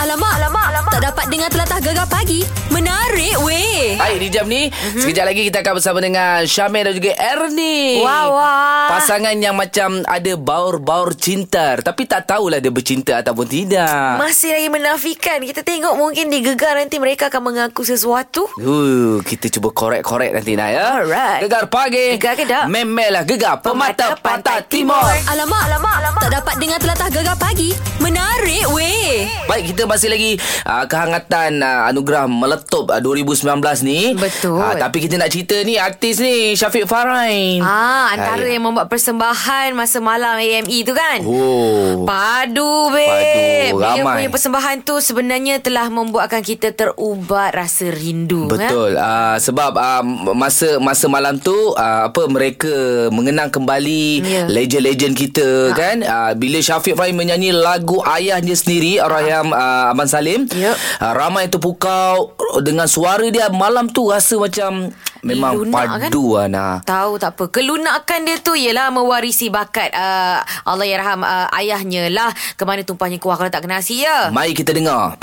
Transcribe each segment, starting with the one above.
alamak, alamak, alamak. Tak dapat dengar telatah gegar pagi. Menarik weh. Baik di jam ni Mhm. mm-hmm. Sekejap lagi kita akan bersama dengan Syamil dan juga Ernie Wah, wah. Pasangan yang macam ada baur-baur cinta Tapi tak tahulah dia bercinta ataupun tidak Masih lagi menafikan Kita tengok mungkin di Gegar nanti mereka akan mengaku sesuatu Uh, kita cuba korek-korek nanti nak ya Alright. Gegar pagi Gegar ke tak? Memelah gegar Pemata, Pemata Pantai Pantai Timur Timur. Alamak, alamak, alamak. Tak dapat dengar telatah gegar pagi. Menarik weh. Baik, kita masih lagi uh, kehangatan uh, anugerah meletup uh, 2019 ni. Betul. Ah, tapi kita nak cerita ni artis ni Syafiq Farain. Ah, antara Hmm. Ah, ya. yang membuat persembahan masa malam AME tu kan. Oh. Padu, Padu, babe. Dia ramai. punya persembahan tu sebenarnya telah membuatkan kita terubat rasa rindu. Eh? Betul. Ah sebab ah, m- masa masa malam tu ah, apa mereka mengenang kembali Ya. legend-legend kita kan. Ah, bila Syafiq Fahim menyanyi lagu ayahnya sendiri Arham ah, Abang Salim. Yup. Ah, ramai terpukau dengan suara dia malam tu rasa macam memang Lunak, padu kan? Ana. Tahu tak apa. Kelunakan dia tu ialah mewarisi bakat uh, Allah yarham uh, ayahnya lah. Ke mana tumpahnya kuah kalau tak kena nasi ya. Mari kita dengar.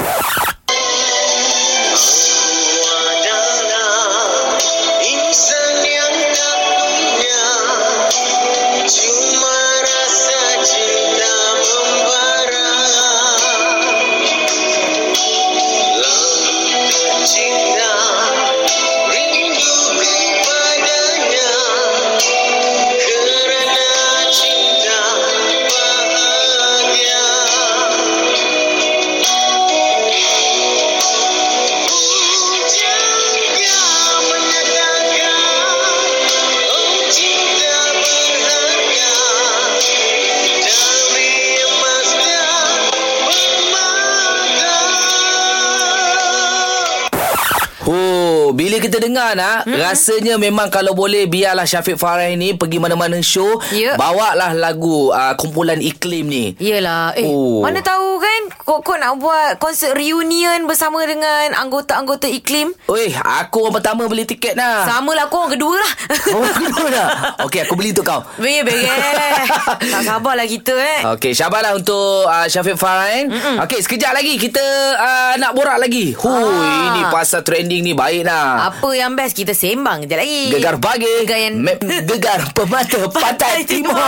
adalah insan yang tak punya cuma rasa cinta membara laut cinta rindu kepadanya kerana cinta bahagia Jangan menyatakan Oh cinta berharga Dari emas dan permata Oh, bila kita dengar nak, hmm. rasanya memang kalau boleh biarlah Syafiq Farah ini pergi mana-mana show, Ya. bawalah lagu uh, kumpulan iklim ni. Yelah Eh Oh. oh. Mana tahu kan Kok-kok nak buat Konsert reunion Bersama dengan Anggota-anggota iklim Oi, aku orang pertama beli tiket dah. Sama lah korang kedua lah Ah. Oh, kedua dah. Okey, aku beli untuk kau. Beri beri Tak sabar lah kita eh Okey, syabaslah untuk uh, Syafiq Farain. Okey, sekejap lagi kita uh, nak borak lagi. Hu, Ah. ini pasal trending ni baik dah. Apa yang best Kita sembang kejap lagi Ah. Gegar pagi. Gegar yang- Me- gegar pemata pantai timur.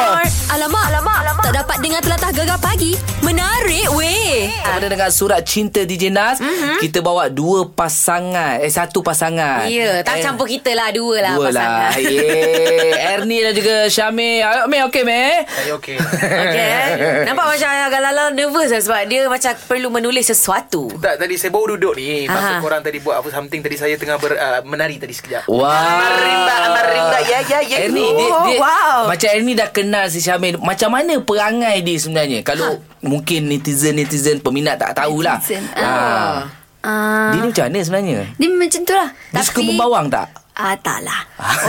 Alamak, alamak, alamak. Tak dapat dengar telatah gegar pagi. Menarik weh. Kepada dengan surat cinta DJ Nas mm-hmm. Kita bawa dua pasangan Eh satu pasangan Ya Tak Eh, campur kita lah Dua lah Dua lah pasangan. yeah. Ernie dan juga Syamil Ayok Mei okey Mei Saya okey Okay eh? Nampak macam agak lalau nervous lah Sebab dia macam perlu menulis sesuatu Tak tadi saya baru duduk ni Maksud Aha. korang tadi buat apa something Tadi saya tengah ber, uh, menari tadi sekejap Wah Marimba, marimba, ya, ya, ya. Ernie dia, Oh, dia, wow. Macam Ernie dah kenal si Syamil Macam mana perangai dia sebenarnya Kalau mungkin netizen-netizen Peminat tak tahulah Ha. Netizen. Ah. Ah, Dia ni macam mana sebenarnya dia macam tu lah. Dia suka membawang tak Ah, tak lah.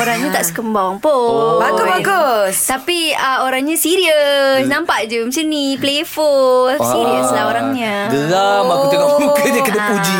Orangnya tak suka membawang pun. Bagus, bagus. Tapi ah, orangnya serius. Nampak je macam ni. Ah. Playful. Serius lah orangnya. Geram aku tengok muka dia kena Ah. puji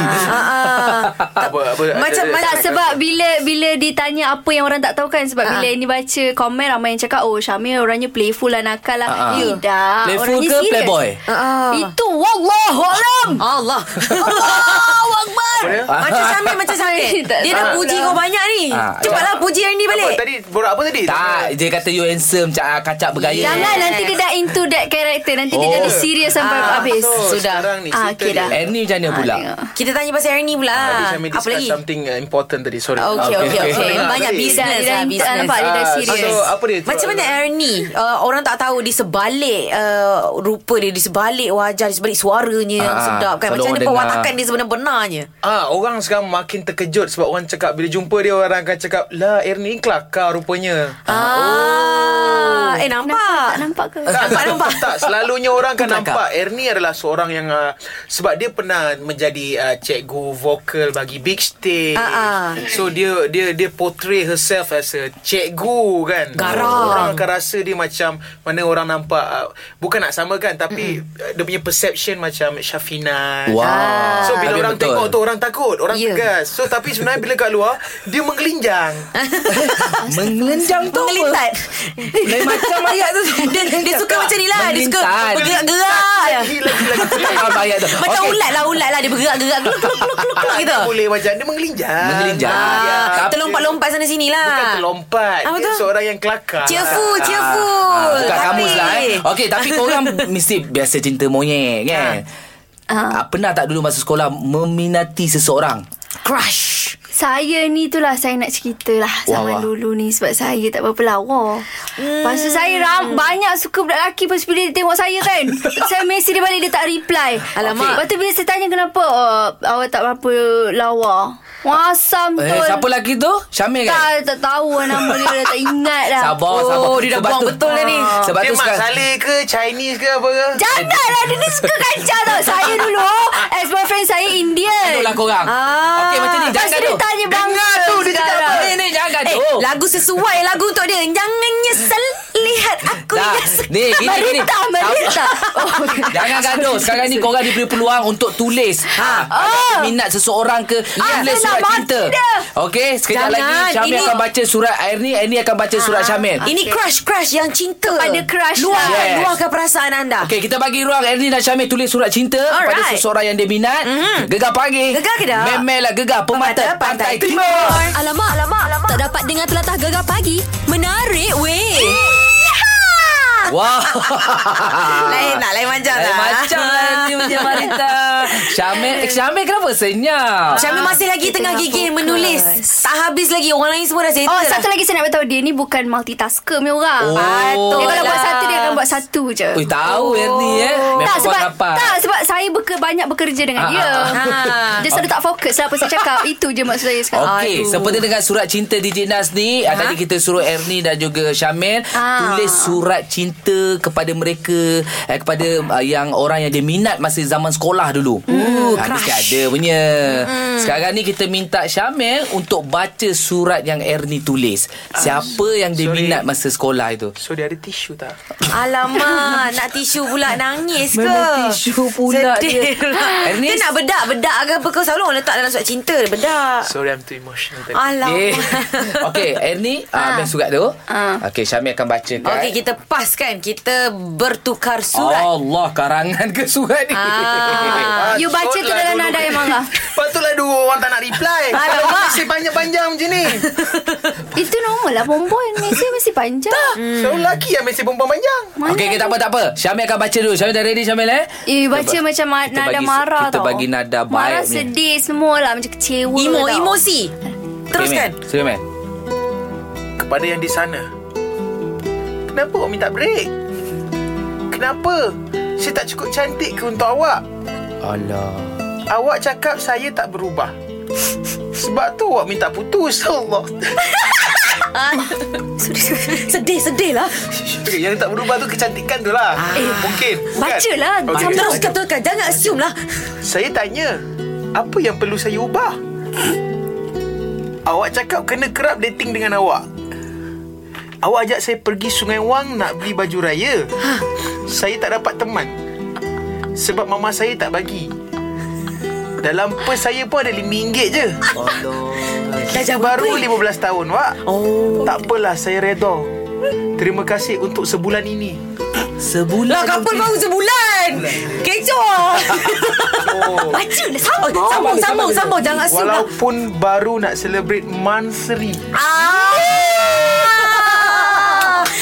Apa, apa, Macam- ada- Tak sebab bila bila ditanya apa yang orang tak tahu kan sebab Ah. bila ini baca komen ramai yang cakap oh Syamil orangnya playful lah nakal lah. Ah, ah. Tidak. Playful orangnya ke serius. playboy? Ah. Itu wallahu alam. Allah Allahu akbar. Macam Syamil Macam Syamil Tak Dia dah tahu puji lah. kau banyak ni Ah, Cepatlah puji yang ni Apa balik tadi Borak apa tadi Tak Dia kata you handsome Cak ah, kacak bergaya Jangan lah. nanti dia dah into that character Nanti dia Oh. jadi serius sampai Ah, habis So, Sudah. Sekarang ni cerita Ah, okey dia. dah. Ernie macam mana pula tengok. Kita tanya pasal Ernie pula Ah, Tadi Syamil Ah, Apa discuss lagi Ah, something uh, important tadi Sorry Okay, okay, Okay, okay. okay. Banyak Tadi- bisnes Dia dah- lah, dia dah- bisnes. nampak dia dah Ah, serius. So apa dia Macam mana Ernie uh, Orang tak tahu Di sebalik uh, Rupa dia Di sebalik wajah Di sebalik suaranya Yang Ah, sedap selalu kan Macam mana orang dengar. perwatakan dia Sebenar-benarnya Ah, orang sekarang makin terkejut sebab orang cakap bila jumpa dia orang akan cakap, "Lah, Ernie ni kelakar rupanya." ah, Eh Kenapa nampak tak nampak ke? Nampak, nampak. Tak, selalunya orang akan Kelakar. nampak Ernie adalah seorang yang uh, sebab dia pernah menjadi uh, cikgu vokal bagi big stage. Ah, ah. So dia dia dia portray herself as a cikgu kan. Garang. Orang akan rasa dia macam mana orang nampak uh, bukan nak samakan tapi mm-hmm. dia punya perception macam Syafina. Wow. So bila Tapi orang betul. tengok tu orang orang takut, orang Ya. yeah. tegas. So tapi sebenarnya bila kat luar dia menggelinjang. Menglenjang tu Mengelintat Lain macam ayat tu. dia, dia suka Cakap. macam ni lah Dia suka Menggelintat. bergerak-gerak je. Lagi lagi lagi. Faham ayat tu Macam Okey. ulat lah Ulat lah dia bergerak-gerak Keluk keluk keluk keluk keluk Tak gitu boleh macam dia menggelinjang. Menggelinjang. Ya. Ah, Tapi- Terlompat-lompat sana sini lah Bukan terlompat. Apa Dia tu? seorang yang kelakar. Cheerful Cheerful Ah, Bukan Ya Tapi- kamus lah eh. Okey, tapi korang mesti biasa cinta monyet kan? Ah. Pernah tak dulu masa sekolah meminati seseorang? Crush Saya ni tu lah saya nak cerita lah Wah, wah. zaman dulu ni sebab saya tak berapa lawa. Hmm. Lepas tu saya ram, banyak suka budak lelaki lepas tu bila dia tengok saya kan. saya mesej dia balik dia tak reply. Alamak. Lepas tu bila saya tanya kenapa oh, awak tak berapa lawa. Masam Eh, betul. siapa lagi tu? Syamil tak, kan? tak tahu lah nama dia dah tak ingat lah. Sabar, Oh, sabar. dia dah Sebab buang tu- Ah. betul dah ni. Sebab Ah, Dia tu Mak sekarang Saleh ke Chinese ke apa ke? Janganlah dia ni suka kacau tau. Saya dulu ex-boyfriend saya Indian. Anulah korang Ah. Okey macam ni Lepas Jangan tu dia gaduh tanya bangsa Dengar tu, dia cakap sekarang. Ni ni jangan Eh, gaduh oh. lagu sesuai lagu untuk dia. Jangan nyesel lihat aku Dah. yang se- Ni, gini, gini. Marita, Marita. Oh, Jangan gaduh Sekarang ni korang diberi peluang Untuk tulis Ah. ha, oh. Minat seseorang ke Ah, Tulis saya surat nak cinta mati dah. Okey Sekejap Jangan, lagi Syamil ini- Ah, akan baca surat Airni Airni akan baca surat Syamil Ini crush-crush yang cinta. Kepada crush Luar, lah. Yes. luarkan perasaan anda. Okey kita bagi ruang Ernie dan Syamil tulis surat cinta Alright. kepada Ah. Alright. Mhm. seseorang yang dia minat. Mm-hmm. Gegar pagi. Gegar ke tak? Memelah gegar pemata, pantai, timur. Alamak, alamak, alamak. Tak dapat dengar telatah gegar pagi. Menarik weh. Wah. Lain lah, lain macam Ah. Lain lah. macam lah ni punya Marita. Syamil, eh, Syamil kenapa senyap? Syamil masih lagi Ah, Kita tengah tengah gigih fokus. menulis. Tak habis lagi. Orang lain semua dah settle Oh, dah. satu lagi saya nak beritahu dia ni bukan multitasker punya orang. Oh. Patut. Dia kalau Patutlah. buat satu dia akan buat satu je. Ui, tahu Oh. Ernie eh. Memang tak buat sebab rapat. tak sebab saya beker, banyak bekerja dengan Ah, dia. ah, Oh. ah. Dia selalu tak fokus lah apa saya cakap. Itu je maksud saya sekarang. Okey, Aduh. seperti dengan surat cinta DJ Nas ni, ha? tadi kita suruh Ernie dan juga Syamil Ah. tulis surat cinta kepada mereka eh, kepada uh, yang orang yang dia minat masa zaman sekolah dulu. Hmm, ha, mesti ada punya. Hmm. Sekarang ni kita minta Syamil untuk baca surat yang Ernie tulis. Siapa yang dia sorry. minat masa sekolah itu? So dia ada tisu tak? Alamak, nak tisu pula nangis ke? Memang tisu pula Sedih dia. lah. Dia Ernest. nak bedak-bedak ke apa kau selalu orang letak dalam surat cinta dia bedak. Sorry I'm too emotional tadi. Eh. Alamak. Okey, Ernie ah. ambil surat tu. Ah. Okey, Syamil akan bacakan. Okey, kita paskan. Kita bertukar surat. Allah, karangan ke surat ni? Ah. You baca tu patutlah lah, dalam dulu- nada yang marah. Patutlah lah dua orang tak nak reply. Kalau Alamak. masih panjang-panjang macam ni. Itu normal lah perempuan. Mesej mesti panjang. So lelaki yang masih perempuan panjang. Mana Okey, okay, tak apa, tak apa. Syamil akan baca dulu. Syamil dah ready, Syamil eh? Eh, baca Kita ba- macam ma- kita nada bagi- marah kita tau. bagi nada Marah baik ni. sedih semua lah. Macam kecewa Emo, tau. emosi. Teruskan. Syamil, Syamil. Kepada yang di sana. Kenapa awak minta break? Kenapa? Saya tak cukup cantik ke untuk awak? Alah. Awak cakap saya tak berubah. Sebab tu awak minta putus. Allah. Sedih, sedih lah. yang tak berubah tu kecantikan tu lah. Eh, Mungkin. bukan? Ah, Baca lah. Okey. Macam Terus teruskan. Jangan assume lah. Saya tanya Apa yang perlu saya ubah? awak cakap kena kerap dating dengan awak Awak ajak saya pergi Sungai Wang nak beli baju raya Ha. Saya tak dapat teman Sebab mama saya tak bagi Dalam pers saya pun ada RM5 je Dah jawab Baru break. 15 tahun, Wak Oh. Tak apalah, saya reda Terima kasih untuk sebulan ini Sebulan. Lah couple baru sebulan. Kecoh. Oh. Baca lah. Sambung, sambung, sambung, sambung. Jangan assume lah. Walaupun baru nak celebrate monthly Eh, Ah.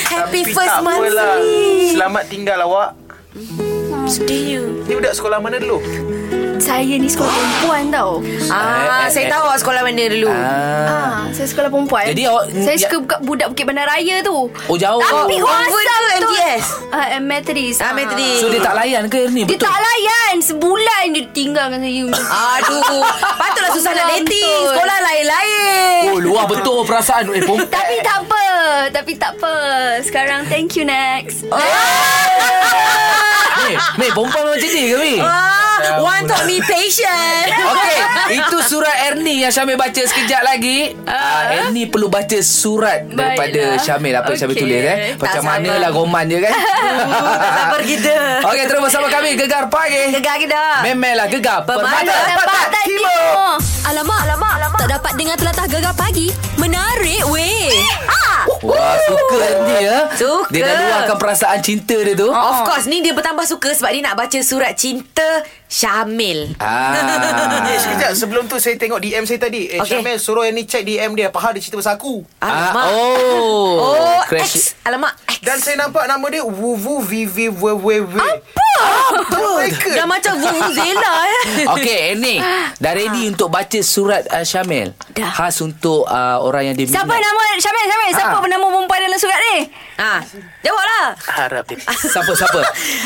Happy Tapi first tak month. apalah. Sri. Selamat tinggal awak. Hmm, Sedih. Ni budak sekolah mana dulu? Saya ni sekolah perempuan tau. Ah, Eh, eh, saya eh. tahu awak sekolah mana dulu. Ah. Ah, saya sekolah perempuan. Jadi awak- saya ya- suka buka budak Bukit Bandar Raya tu. Oh, jauh. Oh, Tapi kuasa convert ke betul. MTS? Ah, uh, Metris. Ah, Metris. So, dia tak layan ke Ernie? Dia Betul? tak layan Sebulan dia tinggalkan saya Aduh, patutlah susah nak Betul. dating. Sekolah lain-lain. Oh, luar betul perasaan. Eh, pom- Tapi tak apa Tapi tak apa Sekarang thank you next Mei, Mei, perempuan memang macam ni ke, Mei? Ah, one taught me patient. Okey, itu surat Ernie yang Syamil baca sekejap lagi. Ah, Ernie perlu baca surat daripada Baiklah. Syamil apa yang Syamil Okey. tulis eh. Tak Macam sabar. manalah roman dia kan. tak sabar kita. Okey, terus bersama kami Gegar Pagi. Gegar kita. Memelah Gegar Pemata. Pemata. Tempat Kimo. Alamak, alamak, alamak. Tak dapat dengar telatah gegar pagi. Menarik weh. Wah, suka dia. ya. Suka. Dia dah luahkan perasaan cinta dia tu. Ah. Ah. Of course Ni dia bertambah suka Sebab dia nak baca surat cinta Syamil Eh, Ah. sekejap. Sebelum tu saya tengok DM saya tadi. Eh, Okey. okay. Syamil suruh yang ni check DM dia. Faham dia cerita pasal aku. Ah, Alamak oh. Oh, Crash. X. Alamak, X. Dan saya nampak nama dia Wuvu Vivi Wewewe. Apa? Apa? Mereka. Dah macam Vuvuzela eh. Okey, Eni. Dah Ah. ready untuk baca surat uh, Syamil? Dah. Khas untuk uh, orang yang dia minat. Siapa nama Syamil Syamil Siapa Ah. nama perempuan dalam surat ni Ha, jawablah. Harap dia. Ah, Siapa, siapa?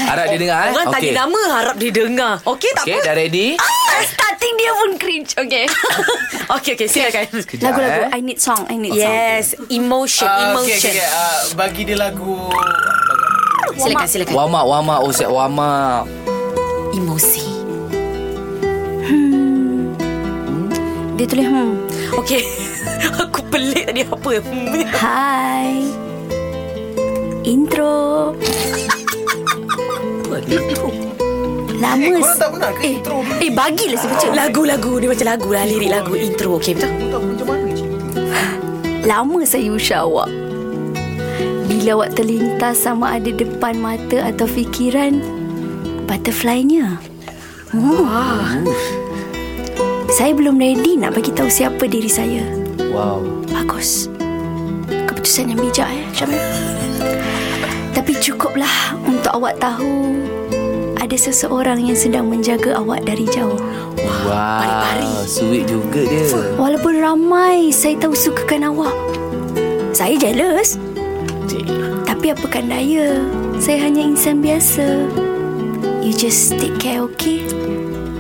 Harap dia dengar. eh? Orang Okey. tanya nama harap dia dengar. Okey tak Okey, apa. dah ready? ah, Starting dia pun cringe Okay Okey okey silakan. Sekejap, Lagu-lagu eh. I need song I need song Yes, emotion, Ah, okay, emotion. okay, okay. Ah, bagi dia lagu. Silakan silakan. Warm up, warm up. Oh, siap warm up. Emosi. Dia tulis hmm Okey. Aku pelik tadi apa. Hmm. Hai Intro Lama Eh, korang s- tak pernah ke intro dulu? Eh bagilah saya baca Lagu-lagu dia macam lagu lah lirik lagu intro. Okey betul. Aku tak tahu macam mana cerita. Lama saya usah awak Bila awak terlintas sama ada depan mata atau fikiran Butterfly-nya oh. Saya belum ready nak bagi tahu siapa diri saya Wow. Bagus Keputusan yang bijak eh Syamil Tapi cukuplah untuk awak tahu Ada seseorang yang sedang menjaga awak dari jauh Wow. pari-pari. Sweet juga dia. Walaupun ramai saya tahu sukakan awak Saya jealous Tapi apakan daya Saya hanya insan biasa You just take care okay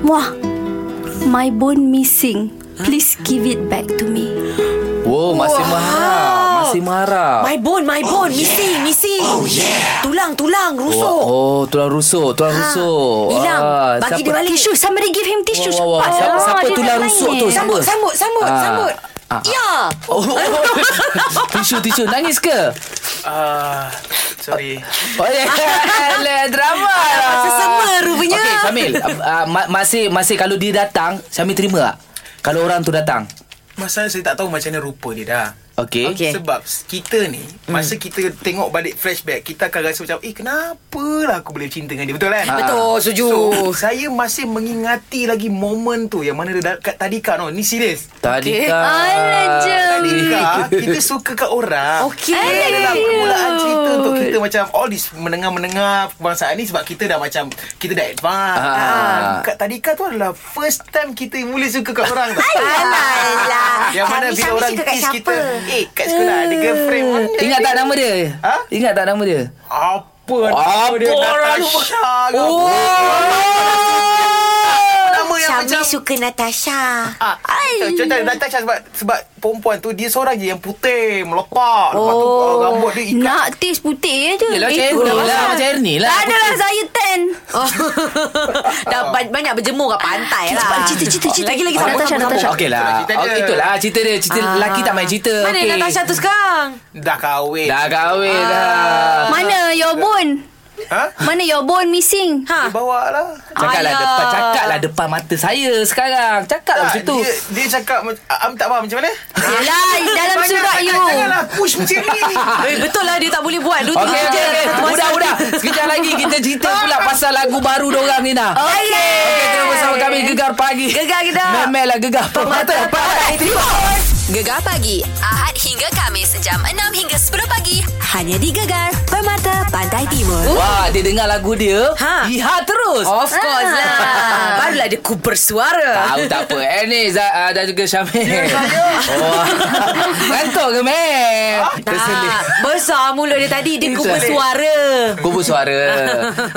Wah My bone missing Please give it back to me Wow, masih Wow. marah. Masih marah. My bone, my bone, missing, missing. Oh yeah. oh. Tulang, tulang, rusuk. Oh, oh tulang rusuk, tulang ha. Ah, rusuk. Ah, hilang. Bagi dia balik. Tissue Somebody give him tissue Wah, wah, wah. cepat. Siapa, Oh, Ah, siapa dia tulang nak rusuk lain. tu? Sambut, Siapa? sambut, sambut, Ah. sambut. Ah. Ya. Oh, oh. tisu, tisu. Nangis ke? Ah, sorry. Oh, yeah. Alah, drama lah. Sesama rupanya. Okey, Syamil. Uh, uh, ma- masih, masih kalau dia datang, Syamil terima tak? Kalau orang tu datang. Masalah saya tak tahu macam mana rupa dia dah. Okey. Okey. Hmm. Sebab kita ni Masa kita tengok balik flashback Kita akan rasa macam Eh kenapa lah aku boleh cinta dengan dia Betul kan? Ah, Betul, setuju. So, saya masih mengingati lagi momen tu Yang mana dia dah- kat tadika no. Ni serius Tadi Okey. kan. Alah, je. Tadika Kita suka kat orang Okey. Dia dalam permulaan cerita Untuk kita macam All this menengah-menengah Kebangsaan ni Sebab kita dah macam Kita dah advance Ah. Ah, Kat tadika tu adalah First time kita mula suka kat orang tu Ah. Alah. Yang mana bila orang kiss kita Eh kat sekolah ada girlfriend pun Hmm. Ingat tak nama dia? Ha? Ingat tak nama dia? Apa Apa nama dia orang Natasha ke apa? Oh. Nama Oh. yang Syamil macam suka Natasha. Ah, Contoh Natasha sebab Sebab perempuan tu Dia seorang je yang putih Melepak Lepas tu Oh. ah, rambut dia ikat Nak tis putih je Yelah, macam Itu Ernie dah lah, pasal. macam Ernie lah, Tak adalah saya tan Oh. Dah ba- banyak berjemur kat pantai lah. Cepat, cerita, cerita, cerita. Lagi-lagi Oh, sambung, Natasha, sambung, Natasha. sambung. Okey lah. Cerita dia. Okey, itulah cerita dia. Cerita Ah. lelaki tak main cerita. Mana Okey. Natasha tu sekarang? Dah kahwin Dah kahwin Ah. dah. Mana your bone Ha? Mana your bone missing Ha. Dia bawa lah Cakaplah Ayah. depan cakaplah depan mata saya sekarang. Cakaplah Tak, macam tu. Ah, dia, dia cakap mac- Am tak faham macam mana Ah, Yelah Dalam Banyak surat sangat, you Janganlah push macam ni Eh, betul lah dia tak boleh buat. Ah, Dulu Okey tiga okey je. okey. Satu masa. Udah udah. Sekejap lagi kita cerita pula pasal lagu baru dorang ni dah. Okey. Okey, terus bersama kami Gegar Pagi. Gegar kita. Memelah Gegar Permata Pantai Timur. Gegar pagi Ahad hingga Kamis jam 6 hingga 10 pagi hanya di Gegar Permata Pantai Timur. Wah, dia dengar lagu dia. Ha. Iha terus. Of course lah. Barulah dia ku bersuara. Tahu tak apa Eh ni Zah, uh, Dan juga Syamil Ya saya Ngantuk ke meh Terselit Tak. Ah, Besar mulut dia tadi. Dia ku Terselit. bersuara. Kubur suara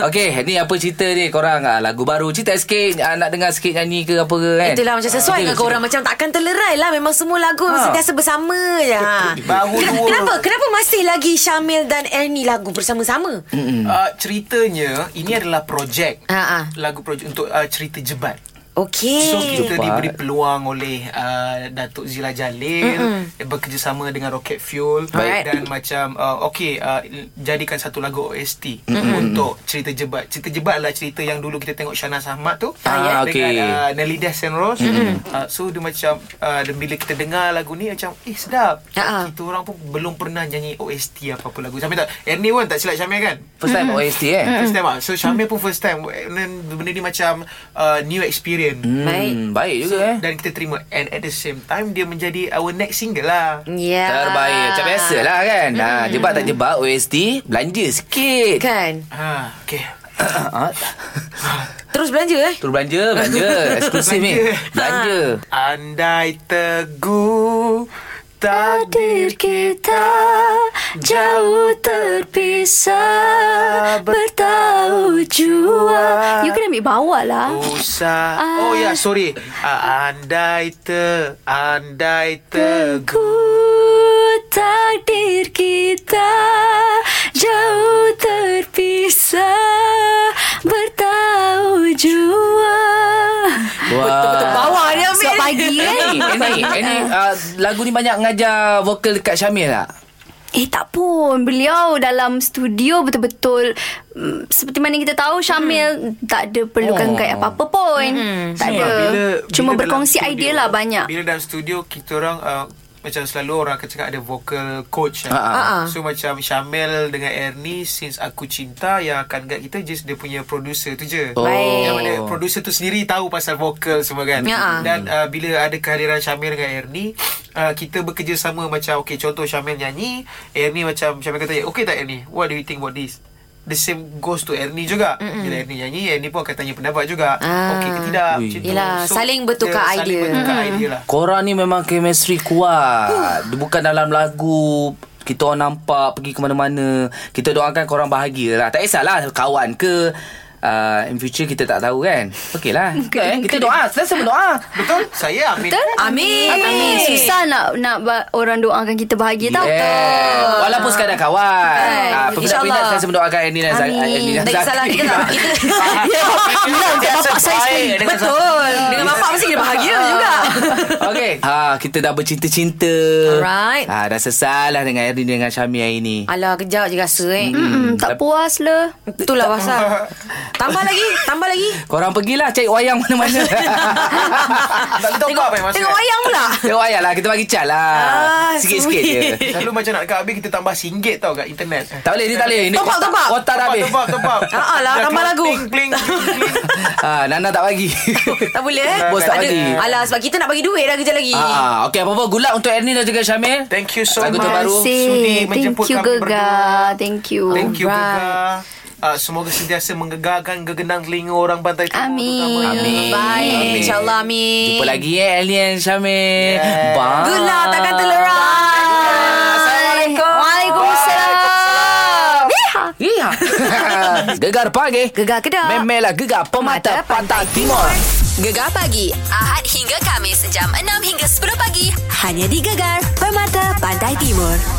Okay Ni apa cerita ni Korang uh, lagu baru Cerita sikit uh, Nak dengar sikit nyanyi ke apa ke kan Itulah macam sesuai dengan korang Macam takkan terlerai lah Memang semua lagu ha. Sentiasa bersama je ha. Baru Ken- dua. Kenapa? Kenapa masih lagi Syamil dan Ernie lagu bersama-sama? uh, Ah, Ceritanya Ini adalah projek Ha, ha. Lagu projek Untuk uh, ah, cerita jebat Okey. So kita Cepat. diberi peluang oleh uh, Datuk Zila Jalil mm-hmm. bekerjasama dengan Rocket Fuel Baik. dan macam uh, okey uh, jadikan satu lagu OST mm-hmm. untuk cerita jebat. Cerita jebat lah cerita yang dulu kita tengok Shana Ahmad tu Ah, ya. dengan okey. uh, Nelly Death and Rose. Mm-hmm. Uh, so dia macam uh, dan bila kita dengar lagu ni macam eh sedap. Ah, ah. Kita orang pun belum pernah nyanyi OST apa-apa lagu. Sampai tak Ernie pun tak silap Syamil kan? First time OST eh First time ah. So Syamil pun first time Dan benda ni macam uh, new experience. Baik. Hmm, baik juga eh Dan kita terima And at the same time Dia menjadi our next single lah Ya. Terbaik Macam biasa lah kan ha, Jebak tak jebak OST Belanja sikit Kan. Ha Okay ha, Terus belanja eh. Terus belanja Belanja Eksklusif ni Belanja. Belanja Andai teguh Takdir Takdir kita jauh terpisah bertahu jua. You kena ambil bawah lah. Usah Oh ya yeah, sorry Ah, Andai te Andai teguh Ku takdir kita jauh terpisah bertahu jua. Wah. Ah. Betul-betul bawah dia ambil. Esok pagi Eh, kan? Ini, ini uh, lagu ni banyak ngajar vokal dekat Syamil tak? Eh tak pun Beliau dalam studio betul-betul mm, Seperti mana kita tahu Syamil Tak ada Oh. perlukan guide apa-apa pun Tak ada Cuma berkongsi dalam idea lah banyak Bila dalam studio Kita orang uh, Macam selalu orang akan cakap Ada vocal coach Ha, kan? Ah, ha. Ha, ha. So macam Syamel dengan Ernie Since Aku Cinta Yang akan guide kita Just dia punya producer tu je Oh. Baik. Yang mana producer tu sendiri Tahu pasal vocal semua kan Ya, ha. Dan uh, bila ada kehadiran Syamel dengan Ernie uh, Kita bekerjasama macam Okay contoh Syamel nyanyi Ernie macam Syamel kata Okay tak Ernie What do you think about this The same goes to Ernie juga Mm-mm. Bila Ernie nyanyi Ernie pun akan tanya pendapat juga Ah. Okay ke tidak Ui. macam tu. Yelah, saling bertukar idea. Hmm. dia ya, Saling bertukar idea lah Korang ni memang chemistry kuat. Dia Bukan dalam lagu kita orang nampak pergi ke mana-mana. Kita doakan korang bahagia lah. Tak kisahlah kawan ke uh, in future kita tak tahu kan. Okey lah. Okay, eh? Kita doa. Selesa berdoa. Betul? Saya Amin Betul? Amin. Amin. Susah nak nak ba- orang doakan kita bahagia tau. Yeah. Walaupun sekadar kawan. Kan. Ah, Peminat-peminat InsyaAllah. saya mendoakan Ernie dan Zaki. Amin. Ernie dan Tak kisahlah Zaki. kita tak. Kita Bilang kat bapak saya sekali. Dengan Betul. Dengan Ah. bapak mesti kita bahagia juga. Okey. Ha, kita dah bercinta-cinta. Alright. Ha, dah sesal lah dengan Ernie dengan Syamil hari ni. Alah, kejap je rasa eh. Hmm, tak puas le. Itulah pasal. Tambah lagi, tambah lagi. Korang pergilah cari wayang mana-mana. Tak tahu apa yang maksud Tengok kan? wayang pula. Tengok wayang lah. Kita bagi cat lah. Ah, Sikit-sikit je. sweet. Selalu macam nak dekat habis Kita tambah RM1 tau kat internet Tak boleh, ni tak boleh. Ini Top up, kotak- top up. Kotak dah habis. Tebak tebak Ah, ah Ya, lah, tambah lagu. Pling pling pling Ah, Nana tak bagi. Tak boleh eh. Bos tak Ada. bagi. Alah, sebab kita nak bagi duit dah kejap lagi. Ah, okey apa-apa good luck untuk Ernie dan juga Syamil. Thank you so Lagu much. terbaru. Terima kasih. Sudi menjemput Thank you kami Gaga. berdua. Thank you. Thank you Alright. Gaga Ah, Semoga sentiasa menggegarkan Gegenang telinga orang pantai timur Amin. terutamanya. Amin. Amin. Baik. Ah, InsyaAllah, Amin. Jumpa lagi eh Ernie dan Syamil. Yeah. Bye. Good luck, takkan terlerak. Assalamualaikum. Waalaikumsalam. Yeha. Iya. Gegar pagi. Gegar kedok. Memelah gegar pemata pantai timur. Gegar pagi Ahad hingga Kamis jam 6 hingga 10 pagi hanya di Gegar Permata Pantai Timur.